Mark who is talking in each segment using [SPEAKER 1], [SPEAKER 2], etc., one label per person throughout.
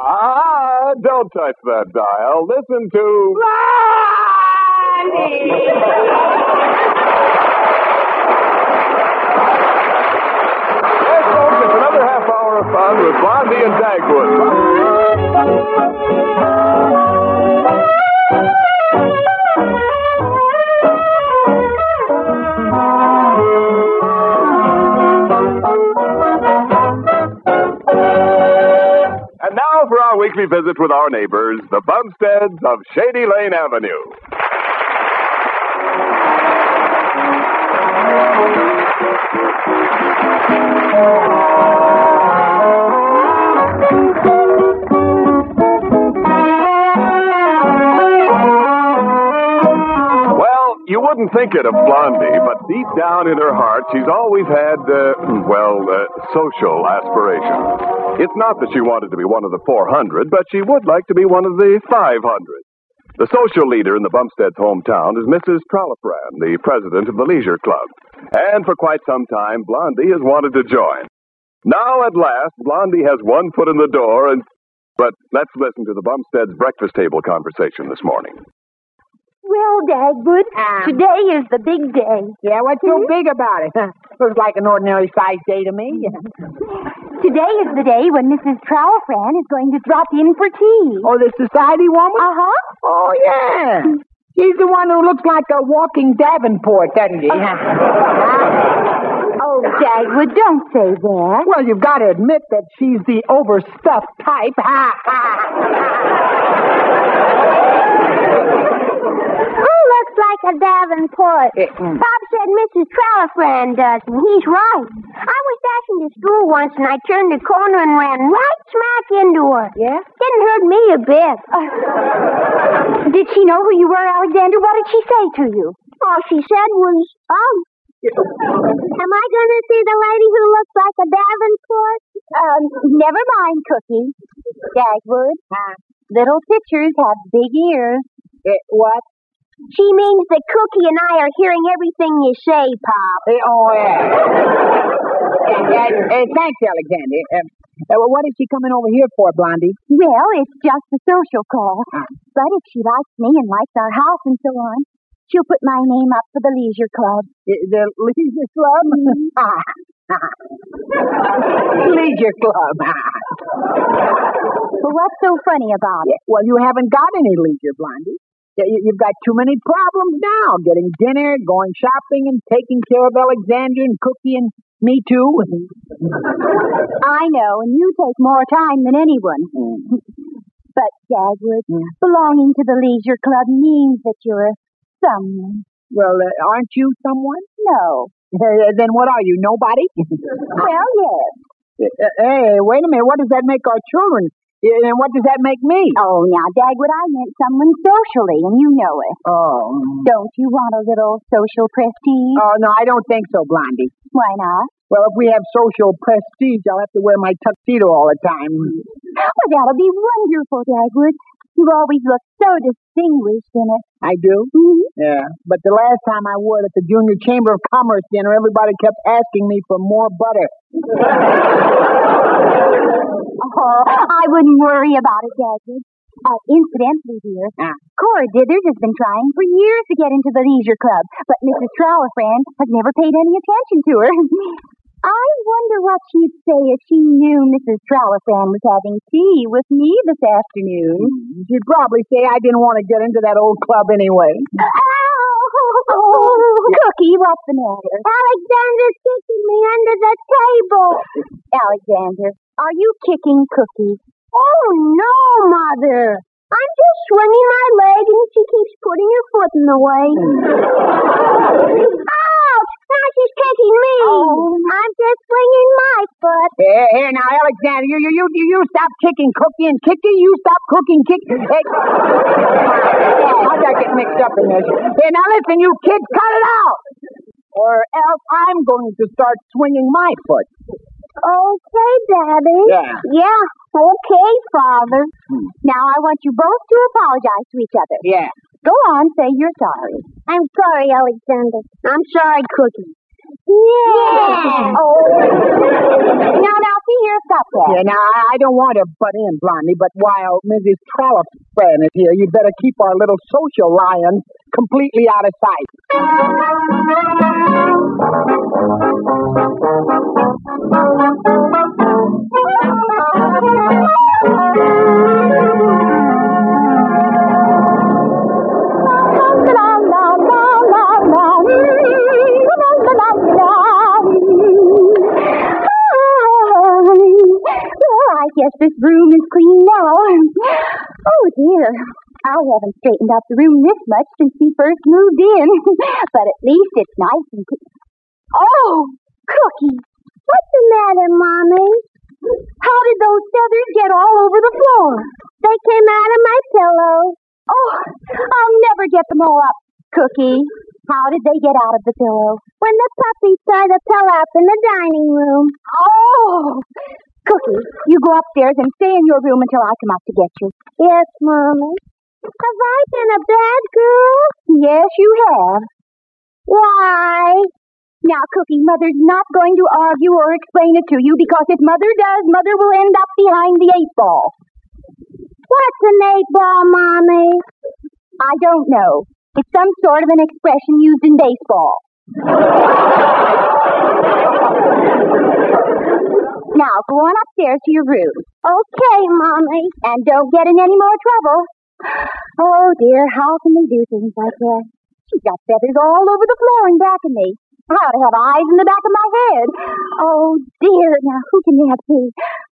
[SPEAKER 1] Ah, don't touch that dial. Listen to. Yes, folks, it's another half hour of fun with Blondie and Dagwood. And now for our weekly visit with our neighbors, the Bumsteads of Shady Lane Avenue. Well, you wouldn't think it of Blondie, but deep down in her heart, she's always had, uh, well, uh, social aspirations. It's not that she wanted to be one of the 400, but she would like to be one of the 500. The social leader in the Bumsteads' hometown is Mrs. Trollopran, the president of the Leisure Club. And for quite some time, Blondie has wanted to join. Now, at last, Blondie has one foot in the door, and. But let's listen to the Bumsteads' breakfast table conversation this morning.
[SPEAKER 2] Well, Dagwood, today is the big day.
[SPEAKER 3] Yeah, what's so big about it? Looks like an ordinary size day to me.
[SPEAKER 2] Today is the day when Mrs. Trowelfran is going to drop in for tea.
[SPEAKER 3] oh, the society woman?
[SPEAKER 2] Uh-huh.
[SPEAKER 3] Oh, yeah. She's the one who looks like a walking Davenport, doesn't she?
[SPEAKER 2] Oh, Dagwood, don't say that.
[SPEAKER 3] well, you've got to admit that she's the overstuffed type. Ha, ha.
[SPEAKER 2] Who looks like a Davenport?
[SPEAKER 3] Eh. mm.
[SPEAKER 2] Bob said Mrs. Trowelfran does, and he's right. I was dashing to school once, and I turned a corner and ran right smack into her.
[SPEAKER 3] Yeah?
[SPEAKER 2] Didn't hurt me a bit. Uh, did she know who you were, Alexander? What did she say to you? All she said was, oh. Am I going to see the lady who looks like a Davenport? Um, never mind, Cookie. Dagwood. uh, Little pitchers have big ears.
[SPEAKER 3] Eh, what?
[SPEAKER 2] She means that Cookie and I are hearing everything you say, Pop.
[SPEAKER 3] Eh, oh, yeah. Eh, eh, eh, thanks, Alexander. Eh, eh, well, what is she coming over here for, Blondie?
[SPEAKER 2] Well, it's just a social call. But if she likes me and likes our house and so on, she'll put my name up for the leisure club.
[SPEAKER 3] Eh, The Leisure Club? Ah, ah. Leisure Club. Ah.
[SPEAKER 2] Well, what's so funny about it?
[SPEAKER 3] Yeah, well, you haven't got any leisure, Blondie. Yeah, you- You've got too many problems now getting dinner, going shopping, and taking care of Alexander and Cookie and me, too.
[SPEAKER 2] I know, and you take more time than anyone. But, Dagwood, belonging to the leisure club means that you're someone.
[SPEAKER 3] Well, uh, aren't you someone?
[SPEAKER 2] No.
[SPEAKER 3] Uh, then what are you, nobody?
[SPEAKER 2] Well, yes.
[SPEAKER 3] Uh, hey, wait a minute. What does that make our children? Uh, And what does that make me?
[SPEAKER 2] Oh, now, Dagwood, I meant someone socially, and you know it.
[SPEAKER 3] Oh.
[SPEAKER 2] Don't you want a little social prestige?
[SPEAKER 3] Oh, no, I don't think so, Blondie.
[SPEAKER 2] Why not?
[SPEAKER 3] Well, if we have social prestige, I'll have to wear my tuxedo all the time.
[SPEAKER 2] Well, that'll be wonderful, Dagwood. You always look so distinguished in it.
[SPEAKER 3] I do? Yeah. But the last time I wore it at the Junior Chamber of Commerce dinner, everybody kept asking me for more butter.
[SPEAKER 2] Oh, I wouldn't worry about it, Dagwood. Uh, incidentally, dear,
[SPEAKER 3] Ah.
[SPEAKER 2] Cora Dithers has been trying for years to get into the leisure club, but Mrs. Trowelfran has never paid any attention to her. I wonder what she'd say if she knew Mrs. Trowelfran was having tea with me this afternoon.
[SPEAKER 3] She'd probably say I didn't want to get into that old club anyway.
[SPEAKER 2] Ow! Oh, Cookie, what's the matter? Alexander's kicking me under the table. Alexander, are you kicking Cookie? Oh, no, Mother. I'm just swinging my leg and she keeps putting her foot in the way. Ouch! Now she's kicking me. I'm just swinging my foot.
[SPEAKER 3] Here, here now, Alexander, you, you, you, you stop kicking Cookie and Kicking. You stop cooking Kicking. Hey. How'd that get mixed up in this? Here, now listen, you kids, cut it out! Or else I'm going to start swinging my foot.
[SPEAKER 2] Okay, Daddy.
[SPEAKER 3] Yeah.
[SPEAKER 2] Yeah. Hmm. Okay, Father. Now I want you both to apologize to each other.
[SPEAKER 3] Yeah.
[SPEAKER 2] Go on, say you're sorry. I'm sorry, Alexander. I'm sorry, Cookie. Yeah. Oh. Now, now, see here, stop that.
[SPEAKER 3] Yeah, now, I I don't want to butt in, Blondie, but while Mrs. Trollope Fran is here, you'd better keep our little social lions completely out of sight.
[SPEAKER 2] Oh, Oh, I guess this room is clean now. Oh, dear. I haven't straightened out the room this much since we first moved in. but at least it's nice and clean. Oh, Cookie,
[SPEAKER 4] What's the matter, Mommy?
[SPEAKER 2] how did those feathers get all over the floor?
[SPEAKER 4] They came out of my pillow.
[SPEAKER 2] Oh, I'll never get them all up. Cookie, how did they get out of the pillow?
[SPEAKER 4] When the puppy saw the pillow up in the dining room,
[SPEAKER 2] Oh! Cookie, you go upstairs and stay in your room until I come up to get you.
[SPEAKER 4] yes, Mommy. Have I been a bad girl?
[SPEAKER 2] Yes, you have.
[SPEAKER 4] Why?
[SPEAKER 2] Now, Cookie, Mother's not going to argue or explain it to you because if Mother does, Mother will end up behind the eight ball.
[SPEAKER 4] What's an eight ball, Mommy?
[SPEAKER 2] I don't know. It's some sort of an expression used in baseball. now, go on upstairs to your room.
[SPEAKER 4] Okay, Mommy.
[SPEAKER 2] and don't get in any more trouble. Oh dear, how can they do things like that? She's got feathers all over the floor and back of me. I ought to have eyes in the back of my head. Oh dear, now who can that be?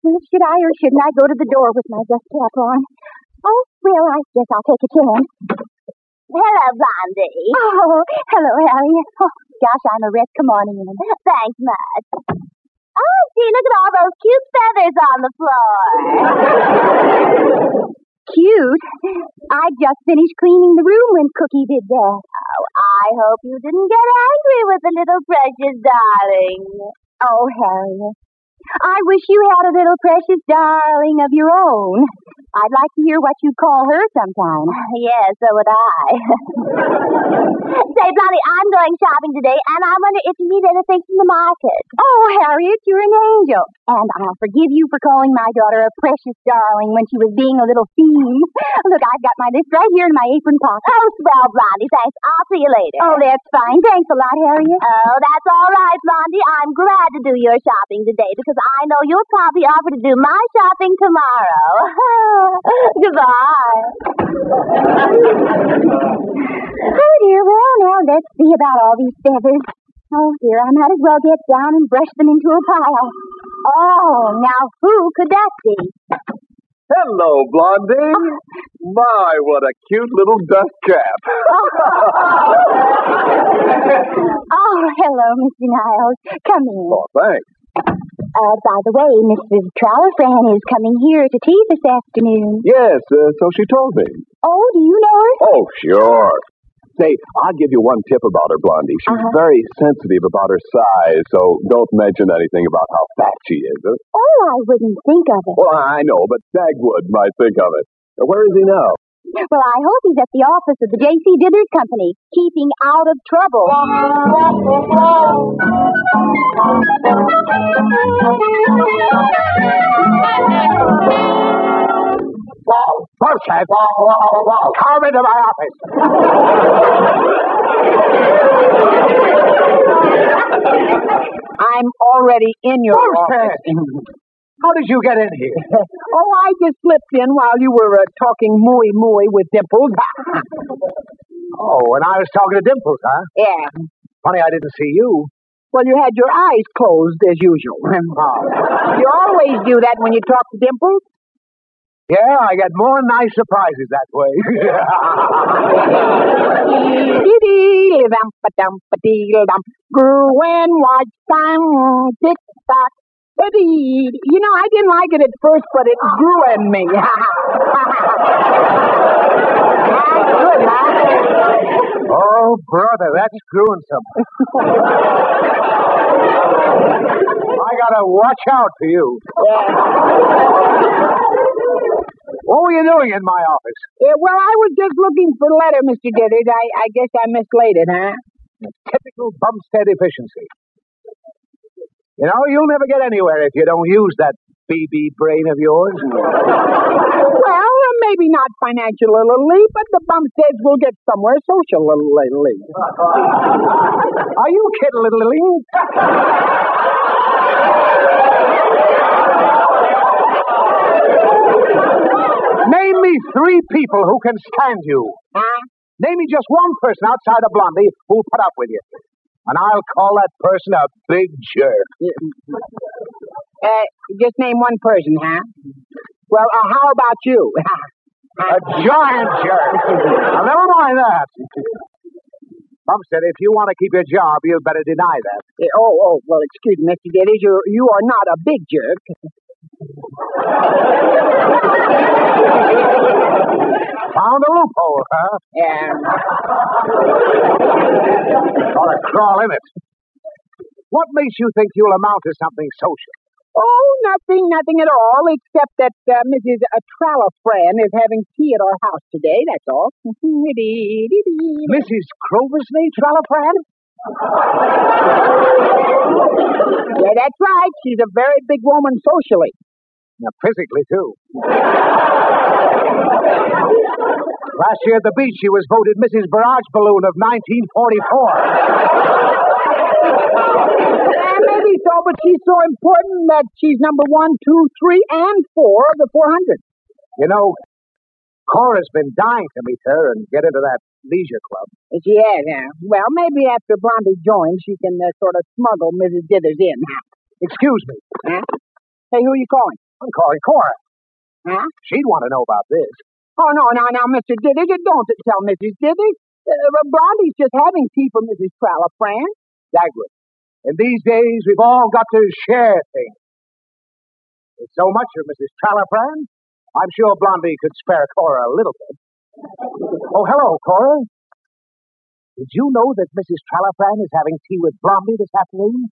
[SPEAKER 2] Well, should I or shouldn't I go to the door with my dust cap on? Oh, well, I guess I'll take a chance.
[SPEAKER 4] Hello, Blondie.
[SPEAKER 2] Oh, hello, Harriet. Oh, gosh, I'm a wreck. Come on in.
[SPEAKER 4] Thanks much. Oh, see, look at all those cute feathers on the floor.
[SPEAKER 2] Cute. I just finished cleaning the room when Cookie did that.
[SPEAKER 4] I hope you didn't get angry with the little precious darling.
[SPEAKER 2] Oh, Harriet, I wish you had a little precious darling of your own. I'd like to hear what you call her sometime.
[SPEAKER 4] Yes, so would I. Say, Blondie, I'm going shopping today, and I wonder if you need anything from the market.
[SPEAKER 2] Oh, Harriet, you're an angel. And I'll forgive you for calling my daughter a precious darling when she was being a little fiend. Look, I've got my list right here in my apron pocket.
[SPEAKER 4] Oh, swell, Blondie, thanks. I'll see you later.
[SPEAKER 2] Oh, that's fine. Thanks a lot, Harriet.
[SPEAKER 4] Oh, that's all right, Blondie. I'm glad to do your shopping today because I know you'll probably offer to do my shopping tomorrow. Goodbye.
[SPEAKER 2] Oh, dear. Well, now let's see about all these feathers. Oh, dear, I might as well get down and brush them into a pile. Oh, now who could that be?
[SPEAKER 1] Hello, Blondie. My, what a cute little dust cap.
[SPEAKER 2] Oh, hello, Mr. Niles. Come in.
[SPEAKER 1] Oh, thanks.
[SPEAKER 2] Uh, by the way, Mrs. Trollerfran is coming here to tea this afternoon.
[SPEAKER 1] Yes, uh, so she told me.
[SPEAKER 2] Oh, do you know her?
[SPEAKER 1] Oh, sure. Say, I'll give you one tip about her, Blondie. She's
[SPEAKER 2] Uh-huh.
[SPEAKER 1] very sensitive about her size, so don't mention anything about how fat she is. huh?
[SPEAKER 2] Oh, I wouldn't think of it.
[SPEAKER 1] Well, I know, but Dagwood might think of it. Uh, Where is he now?
[SPEAKER 2] Well, I hope he's at the office of the J.C. Dithers Company, keeping out of trouble.
[SPEAKER 5] Bullshit! Come into my office.
[SPEAKER 3] I'm already in your office.
[SPEAKER 5] How did you get in here?
[SPEAKER 3] Oh, I just slipped in while you were uh, talking mooey mooey with Dimples.
[SPEAKER 5] Oh, and I was talking to Dimples, huh?
[SPEAKER 3] yeah.
[SPEAKER 5] Funny I didn't see you.
[SPEAKER 3] Well, you had your eyes closed as usual.
[SPEAKER 5] Oh.
[SPEAKER 3] you always do that when you talk to Dimples.
[SPEAKER 5] Yeah, I get more nice surprises that way.
[SPEAKER 3] Dee-dee-dee-dum-ba-dum-ba-dee-dum. Grew and watched time, tick-tock. Dee-dee. You know, I didn't like it at first, but it grew in me. That's good, huh?
[SPEAKER 5] oh, brother, that's gruesome. I gotta watch out for you. What were you doing in my office?
[SPEAKER 3] Yeah, well, I was just looking for the letter, Mr. Dithers. I, I guess I mislaid it, huh?
[SPEAKER 5] Typical Bumstead efficiency. You know, you'll never get anywhere if you don't use that BB brain of yours.
[SPEAKER 3] Well, uh, maybe not financially, but the bum says we'll get somewhere socially.
[SPEAKER 5] Are you kidding? Name me three people who can stand you.
[SPEAKER 3] Huh?
[SPEAKER 5] Name me just one person outside of Blondie who'll put up with you. And I'll call that person a big jerk.
[SPEAKER 3] Uh, just name one person, huh? Well, uh, how about you?
[SPEAKER 5] A giant jerk. now, never mind that. Bumstead, if you want to keep your job, you'd better deny that.
[SPEAKER 3] Eh, oh, oh, well, excuse me, Mr. Geddes, you, you are not a big jerk.
[SPEAKER 5] Found a loophole, huh?
[SPEAKER 3] Um,
[SPEAKER 5] Ought to crawl in it. What makes you think you'll amount to something social?
[SPEAKER 3] oh, nothing, nothing at all, except that uh, Mrs. Trallafran is having tea at our house today, that's all.
[SPEAKER 5] Mrs. Croversley Trallafran?
[SPEAKER 3] Yeah, that's right. She's a very big woman socially.
[SPEAKER 5] Now, physically, too. Last year at the beach, she was voted Mrs. Barrage Balloon of 1944.
[SPEAKER 3] Yeah, maybe so, but she's so important that she's number one, two, three, and four of the 400.
[SPEAKER 5] You know, Cora's been dying to meet her and get into that leisure club.
[SPEAKER 3] Yes, She has, yeah. Well, maybe after Blondie joins, she can uh, sort of smuggle Mrs. Dithers in.
[SPEAKER 5] Excuse me,
[SPEAKER 3] Huh? Hey, who are you calling?
[SPEAKER 5] I'm calling Cora.
[SPEAKER 3] Huh?
[SPEAKER 5] She'd want to know about this.
[SPEAKER 3] Oh, no, no, no, Mr. Dithers, you don't tell Mrs. Dithers. Uh, Blondie's just having tea for Mrs. Trallafran.
[SPEAKER 5] Dagwood. In these days, we've all got to share things. It's so much of Mrs. Trallafran. I'm sure Blondie could spare Cora a little bit. Oh, hello, Cora. Did you know that Mrs. Trallafran is having tea with Blondie this afternoon?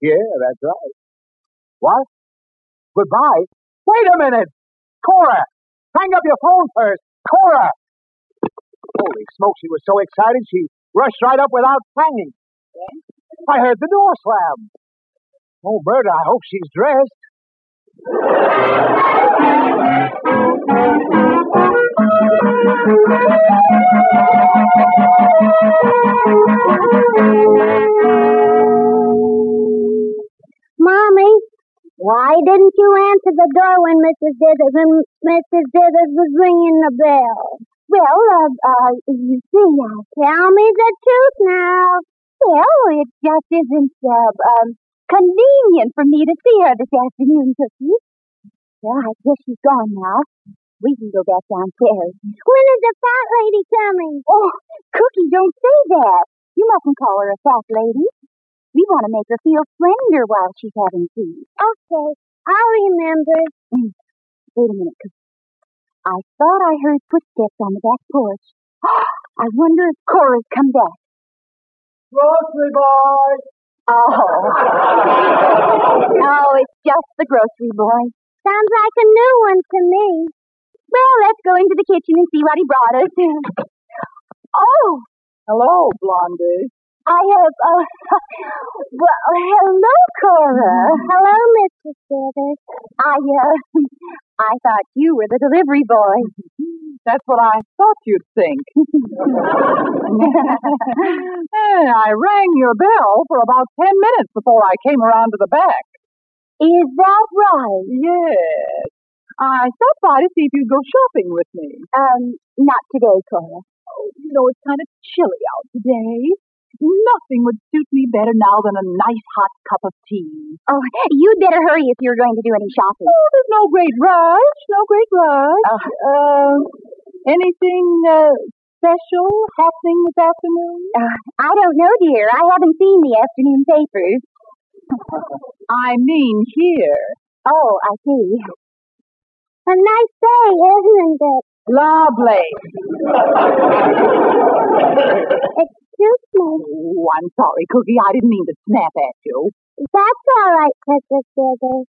[SPEAKER 5] Yeah, that's right. What? Goodbye. Wait a minute! Cora! Hang up your phone first! Cora! Holy smoke, she was so excited she rushed right up without hanging. I heard the door slam. Oh, Berta, I hope she's dressed.
[SPEAKER 2] Mommy, why didn't you answer the door when Mrs. Dithers when Mrs. Dithers was ringing the bell? Well, uh, uh, you see, uh, tell me the truth now. Well, it just isn't uh, um convenient for me to see her this afternoon, Cookie. Well, I guess she's gone now. We can go back downstairs.
[SPEAKER 4] When is the fat lady coming?
[SPEAKER 2] Oh, Cookie, don't say that. You mustn't call her a fat lady. We want to make her feel slender while she's having tea. Mm.
[SPEAKER 4] Okay, I'll remember.
[SPEAKER 2] Wait a minute, Cookie. I thought I heard footsteps on the back porch. I wonder if Cora's come back.
[SPEAKER 5] Grocery boy!
[SPEAKER 2] Oh. oh, it's just the grocery boy.
[SPEAKER 4] Sounds like a new one to me.
[SPEAKER 2] Well, let's go into the kitchen and see what he brought us. oh,
[SPEAKER 3] Hello, Blondie.
[SPEAKER 2] I have, uh, well, hello, Cora.
[SPEAKER 4] Hello, Mrs. Dithers.
[SPEAKER 2] I, uh, I thought you were the delivery boy.
[SPEAKER 3] That's what I thought you'd think. Eh, I rang your bell for about ten minutes before I came around to the back.
[SPEAKER 2] Is that right?
[SPEAKER 3] Yes. I stopped by to see if you'd go shopping with me.
[SPEAKER 2] Um, not today, Cora.
[SPEAKER 3] You know, it's kind of chilly out today. Nothing would suit me better now than a nice hot cup of tea.
[SPEAKER 2] Oh, you'd better hurry if you're going to do any shopping.
[SPEAKER 3] Oh, there's no great rush, no great rush.
[SPEAKER 2] Ah.
[SPEAKER 3] Um, anything uh, special happening this afternoon?
[SPEAKER 2] I don't know, dear. I haven't seen the afternoon papers.
[SPEAKER 3] I mean here.
[SPEAKER 2] Oh, I see.
[SPEAKER 4] A nice day, isn't it?
[SPEAKER 3] Lovely.
[SPEAKER 4] Excuse me.
[SPEAKER 3] Oh, I'm sorry, Cookie. I didn't mean to snap at you.
[SPEAKER 4] That's all right, Mrs. Dithers.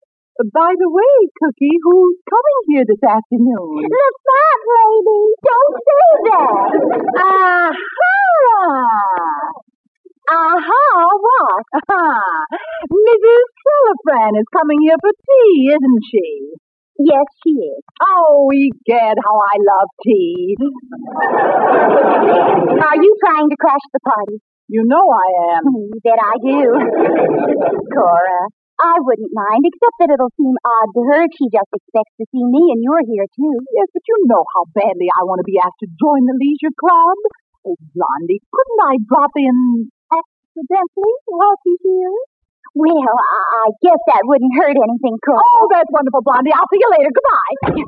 [SPEAKER 3] By the way, Cookie, who's coming here this afternoon?
[SPEAKER 4] The fat lady.
[SPEAKER 2] Uh, Don't say that.
[SPEAKER 4] Ah,
[SPEAKER 3] Clara! Uh-huh, what? Uh-huh. Mrs. Trillifran is coming here for tea, isn't she?
[SPEAKER 2] Yes, she is.
[SPEAKER 3] Oh, egad, how I love tea.
[SPEAKER 2] Are you trying to crash the party? Hmm,
[SPEAKER 3] You know I am.
[SPEAKER 2] You bet I do. Cora, I wouldn't mind, except that it'll seem odd to her if she just expects to see me and you're here, too.
[SPEAKER 3] Yes, but you know how badly I want to be asked to join the leisure club. Oh, Blondie, couldn't I drop in accidentally to help you here?
[SPEAKER 2] Well, I I guess that wouldn't hurt anything, Cora.
[SPEAKER 3] Oh, that's wonderful, Blondie. I'll see you later. Goodbye.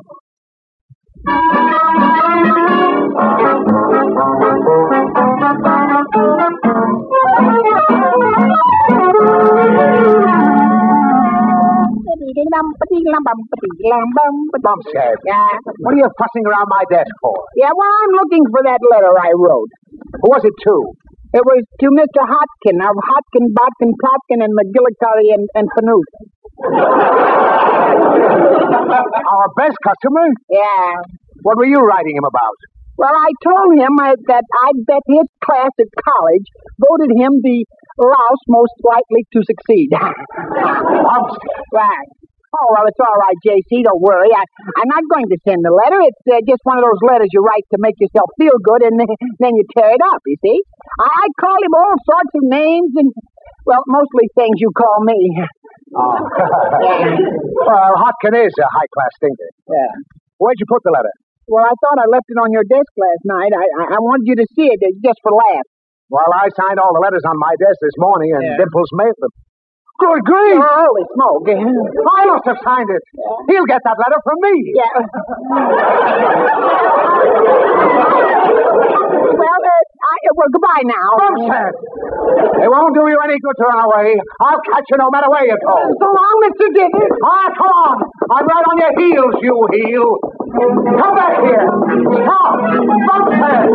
[SPEAKER 5] Bump said.
[SPEAKER 3] Yeah?
[SPEAKER 5] What are you fussing around my desk for?
[SPEAKER 3] Yeah, well, I'm looking for that letter I wrote.
[SPEAKER 5] Who was it to?
[SPEAKER 3] It was to Mr. Hotkin of Hotkin, Botkin, Plotkin, and McGillicuddy and, and Fanute.
[SPEAKER 5] Our best customer?
[SPEAKER 3] Yeah.
[SPEAKER 5] What were you writing him about?
[SPEAKER 3] Well, I told him I, that I'd bet his class at college voted him the louse most likely to succeed.
[SPEAKER 5] Bumstead.
[SPEAKER 3] right. Oh, well, it's all right, J.C. Don't worry. I, I'm not going to send the letter. It's uh, just one of those letters you write to make yourself feel good, and then, then you tear it up, you see? I, I called him all sorts of names and, well, mostly things you call me.
[SPEAKER 5] Oh. well, Hotkin is a high class thinker.
[SPEAKER 3] Yeah.
[SPEAKER 5] Where'd you put the letter?
[SPEAKER 3] Well, I thought I left it on your desk last night. I, I, I wanted you to see it uh, just for laughs.
[SPEAKER 5] Well, I signed all the letters on my desk this morning, and
[SPEAKER 3] Yeah.
[SPEAKER 5] Dimples mailed them. Good grief!
[SPEAKER 3] Oh, Holy smoke. yeah.
[SPEAKER 5] I must have signed it. He'll get that letter from me.
[SPEAKER 3] well, uh, I, well, goodbye now.
[SPEAKER 5] Bumstead. It won't do you any good to run away. I'll catch you no matter where you go.
[SPEAKER 3] So long, Mr. Dick.
[SPEAKER 5] Ah, come on. I'm right on your heels, you heel. Come back here. Stop. Bumstead.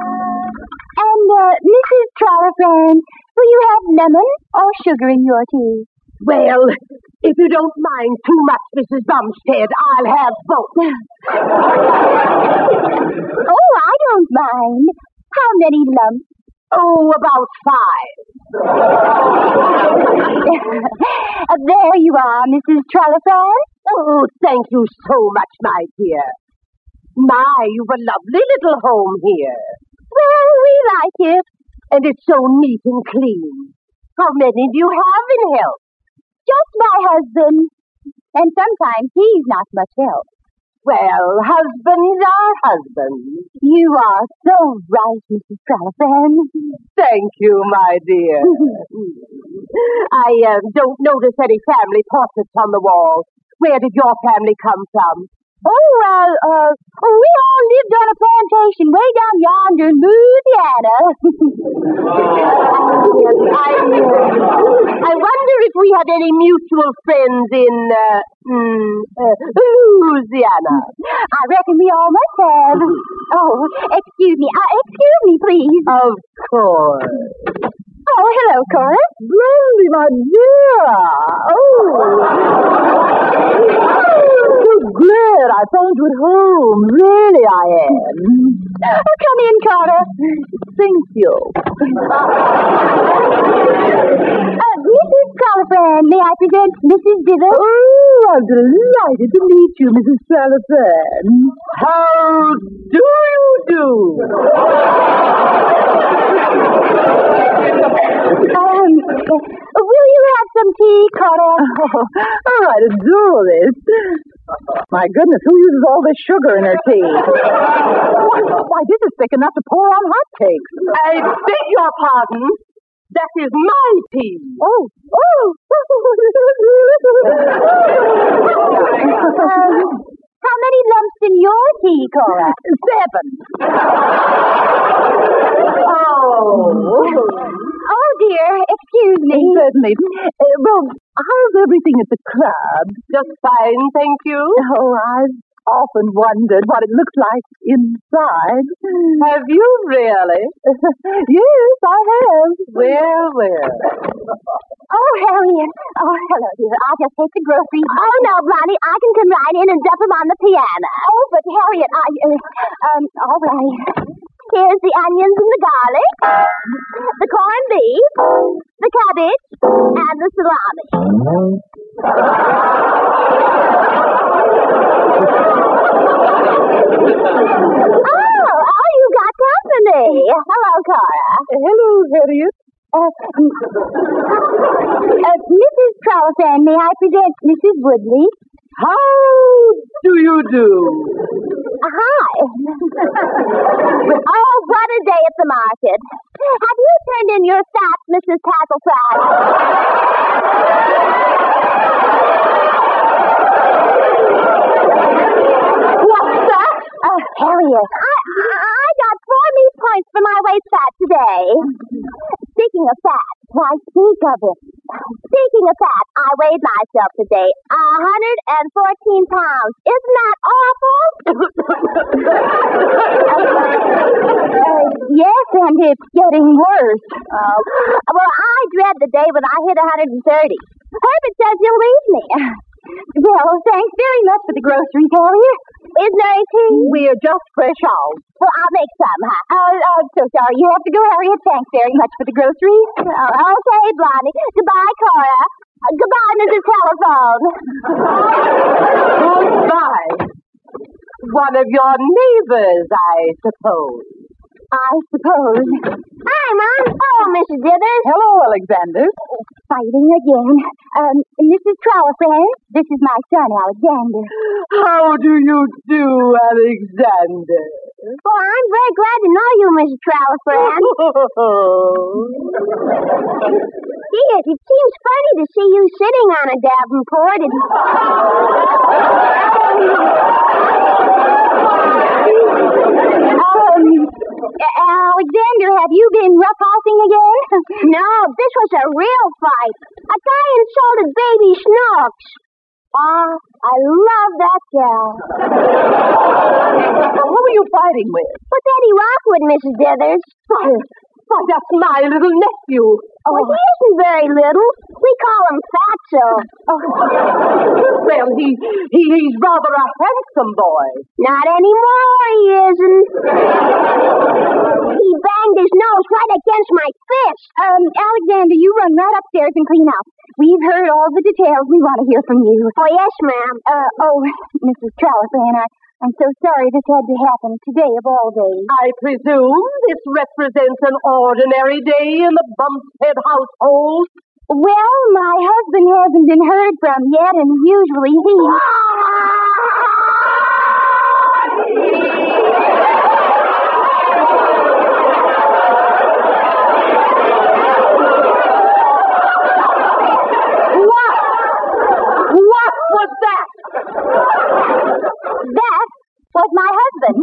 [SPEAKER 2] And, uh, Mrs. Trollopan, will you have lemon or sugar in your tea?
[SPEAKER 3] Well, if you don't mind too much, Mrs. Bumstead, I'll have both.
[SPEAKER 2] Oh, I don't mind. How many lumps?
[SPEAKER 3] Oh, about five.
[SPEAKER 2] Uh, there you are, Mrs. Trollopan.
[SPEAKER 3] Oh, thank you so much, my dear. My, you've a lovely little home here.
[SPEAKER 2] Well, we like it.
[SPEAKER 3] And it's so neat and clean. How many do you have in help?
[SPEAKER 2] Just my husband. And sometimes he's not much help.
[SPEAKER 3] Well, husbands are husbands.
[SPEAKER 2] You are so right, Mrs. Trollopan.
[SPEAKER 3] Thank you, my dear. I uh, don't notice any family portraits on the wall. Where did your family come from?
[SPEAKER 2] Oh, well, uh, oh, we all lived on a plantation way down yonder in Louisiana.
[SPEAKER 3] I, I wonder if we had any mutual friends in uh, mm, uh, Louisiana.
[SPEAKER 2] I reckon we all must have. Oh, excuse me. Uh, excuse me, please.
[SPEAKER 3] Of course.
[SPEAKER 2] Oh, hello, Cora.
[SPEAKER 3] Blondie, my dear. Oh. So glad I found you at home. Really, I am.
[SPEAKER 2] Oh, come in, Cora.
[SPEAKER 3] Thank you.
[SPEAKER 2] Uh, Mrs. Colbrand, may I present Mrs. Dibble?
[SPEAKER 3] Oh, I'm delighted to meet you, Mrs. Salazar. How do you do?
[SPEAKER 2] Um, uh, will you have some tea, Cora?
[SPEAKER 3] Oh, all right, it's all this. My goodness, who uses all this sugar in her tea? Why, this is thick enough to pour on hotcakes. I beg your pardon. That is my tea. Oh, oh.
[SPEAKER 2] Um, how many lumps in your tea, Cora?
[SPEAKER 3] Seven. Oh.
[SPEAKER 2] Oh, dear. Excuse me.
[SPEAKER 3] Certainly. Uh, well, how's everything at the club? Just fine, thank you. Oh, I've often wondered what it looked like inside. Have you really? yes, I have. Well, well.
[SPEAKER 6] Oh, Harriet. Oh, hello, dear. I just hate the grocery.
[SPEAKER 2] Oh, no, Blondie, I can come right in and dump him on the piano.
[SPEAKER 6] Oh, but Harriet, I, uh, um, all right.
[SPEAKER 2] Here's the onions and the garlic, the corned beef, the cabbage, and the salami. oh, oh, you got company. Hello, Cora.
[SPEAKER 3] Hello, Harriet.
[SPEAKER 2] Uh, uh, Mrs. Trollfan, may I present Mrs. Woodley?
[SPEAKER 3] How do you do?
[SPEAKER 2] Hi. oh, what a day at the market. Have you turned in your stats, Mrs. Tackletrap?
[SPEAKER 6] Yes, sir.
[SPEAKER 2] Oh, Harriet. I, I got four meat points for my waist fat today. Speaking of fat, why speak of it? Speaking of fat, I weighed myself today. A hundred and fourteen pounds. Isn't that awful? Uh, yes, and it's getting worse. Uh,
[SPEAKER 3] Oh.
[SPEAKER 2] Well, I dread the day when I hit a hundred and thirty. Herbert says you'll leave me. Well, thanks very much for the groceries, Harriet. Isn't there any tea?
[SPEAKER 3] We're just fresh out.
[SPEAKER 2] Well, I'll make some, huh? Oh, oh, I'm so sorry. You have to go, Harriet. Thanks very much for the groceries. Oh, okay, Blondie. Goodbye, Cora. Uh, goodbye, Mrs. Telephone.
[SPEAKER 3] Goodbye. One of your neighbors, I suppose.
[SPEAKER 2] I suppose. Hi, Mom. Oh, Mrs. Dithers.
[SPEAKER 3] Hello, Alexander.
[SPEAKER 6] Fighting again. Um, Mrs. Trollifan, this is my son, Alexander.
[SPEAKER 3] How do you do, Alexander?
[SPEAKER 2] Well, I'm very glad to know you, Mrs. Trollifan. Gee, it seems funny to see you sitting on a Davenport and... um, Alexander, have you been roughhousing again? no, this was a real fight. A guy insulted baby Schnorks. Ah, I love that gal.
[SPEAKER 3] Well, who were you fighting with?
[SPEAKER 2] What's Eddie Rockwood, Mrs. Dithers?
[SPEAKER 3] Why, why, that's my little nephew.
[SPEAKER 2] Oh, he isn't very little. We call him Fatso.
[SPEAKER 3] Well, he, he he's rather a handsome boy.
[SPEAKER 2] Not anymore, he isn't. he banged his nose right against my fist.
[SPEAKER 6] Um, Alexander, you run right upstairs and clean up. We've heard all the details. We want to hear from you.
[SPEAKER 2] Oh, yes, ma'am.
[SPEAKER 6] Uh, oh, Mrs. Trellisan, I, I'm so sorry this had to happen today of all days.
[SPEAKER 3] I presume this represents an ordinary day in the Bumpstead household.
[SPEAKER 6] Well, my husband hasn't been heard from yet, and usually he.
[SPEAKER 3] What? What was that?
[SPEAKER 2] That was my husband.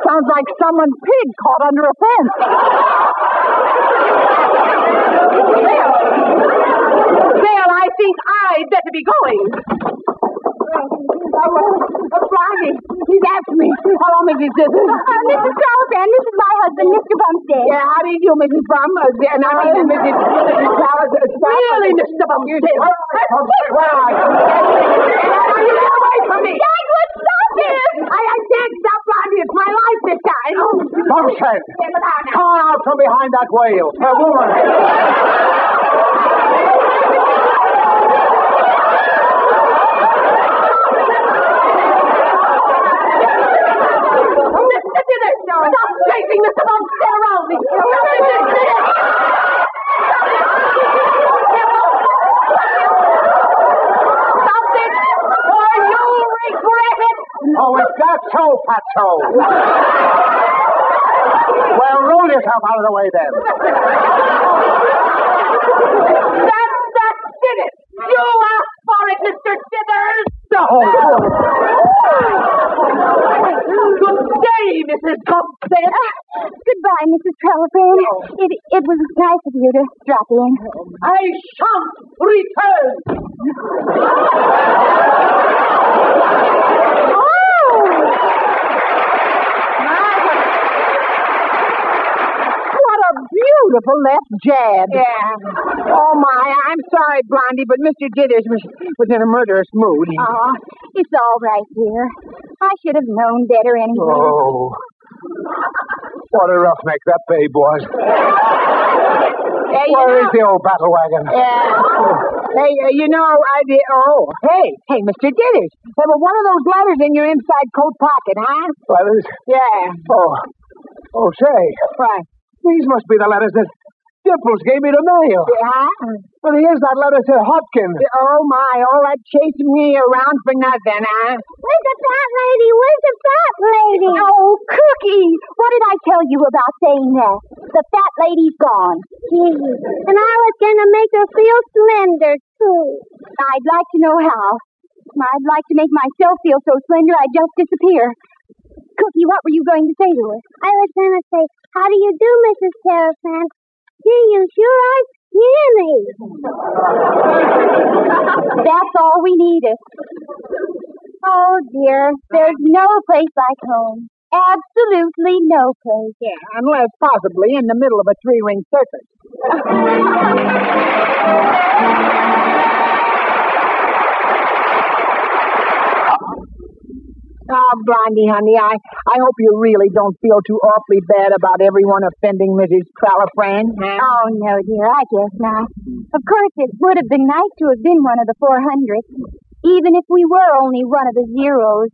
[SPEAKER 3] Sounds like someone's pig caught under a fence. Well, I think I'd better be going.
[SPEAKER 6] Blondie, he's after me.
[SPEAKER 3] Hello, Mrs. Dibble.
[SPEAKER 6] Uh, Mrs. Trollopan, this is my husband, Mr. Bumstead.
[SPEAKER 3] Yeah, how do you do, Mrs. Bum? Uh, and I mean, Mrs. Mrs. Flowers. uh, Really, Mr. Bumstead? Where are you? Now, you get away from me!
[SPEAKER 2] Dagwood, stop it!
[SPEAKER 3] I, I can't stop, Blondie. It's my life this time.
[SPEAKER 5] Bumpstead,
[SPEAKER 3] Oh,
[SPEAKER 5] come out from behind that whale. A woman.
[SPEAKER 3] Mr. Dillard, stop chasing Mr. Bumstead around me. Stop it, Mr. Dillard. Stop it, or you'll regret it.
[SPEAKER 5] Oh, it's that so, Pato. well, roll yourself out of the way then.
[SPEAKER 3] That, that did it. You asked for it, Mr. Dithers.
[SPEAKER 5] Oh, good.
[SPEAKER 3] Good day, Mrs. Bumstead.
[SPEAKER 6] Goodbye, Mrs. Trellipan. It, it was nice of you to drop in.
[SPEAKER 3] I shan't return. Oh! beautiful left jab.
[SPEAKER 2] Yeah.
[SPEAKER 3] Oh, my. I'm sorry, Blondie, but Mr. Dithers was, was in a murderous mood.
[SPEAKER 2] Oh, it's all right, dear. I should have known better anyway.
[SPEAKER 5] Oh. What a roughneck that babe was.
[SPEAKER 3] Hey, you
[SPEAKER 5] Where is
[SPEAKER 3] know-
[SPEAKER 5] the old battle wagon?
[SPEAKER 3] Yeah. Hey, uh, you know, I did. Oh, hey, hey, Mr. Diddish. There were one of those letters in your inside coat pocket, huh?
[SPEAKER 5] Letters?
[SPEAKER 3] Yeah.
[SPEAKER 5] Oh. Oh, say.
[SPEAKER 3] Why?
[SPEAKER 5] These must be the letters that Dimples gave me to mail.
[SPEAKER 3] Yeah?
[SPEAKER 5] Well, here's that letter to Hopkins.
[SPEAKER 3] Oh, my. All that chasing me around for nothing, huh?
[SPEAKER 4] Where's the fat lady? Where's the fat lady?
[SPEAKER 2] Oh, Cookie! What did I tell you about saying that? The fat lady's gone.
[SPEAKER 4] Gee, and I was going to make her feel slender, too.
[SPEAKER 2] I'd like to know how. I'd like to make myself feel so slender I'd just disappear. Cookie, what were you going to say to her?
[SPEAKER 4] I was going to say, how do you do, Mrs. Terrapin? Gee, you sure are skinny.
[SPEAKER 2] That's all we needed. Oh, dear. There's no place like home. Absolutely no place.
[SPEAKER 3] Yeah, unless possibly in the middle of a three ring circus. Oh, Blondie, honey, I, I hope you really don't feel too awfully bad about everyone offending Mrs. Trallifran. Huh?
[SPEAKER 2] Oh, no, dear, I guess not. Of course, it would have been nice to have been one of the 400, even if we were only one of the zeros.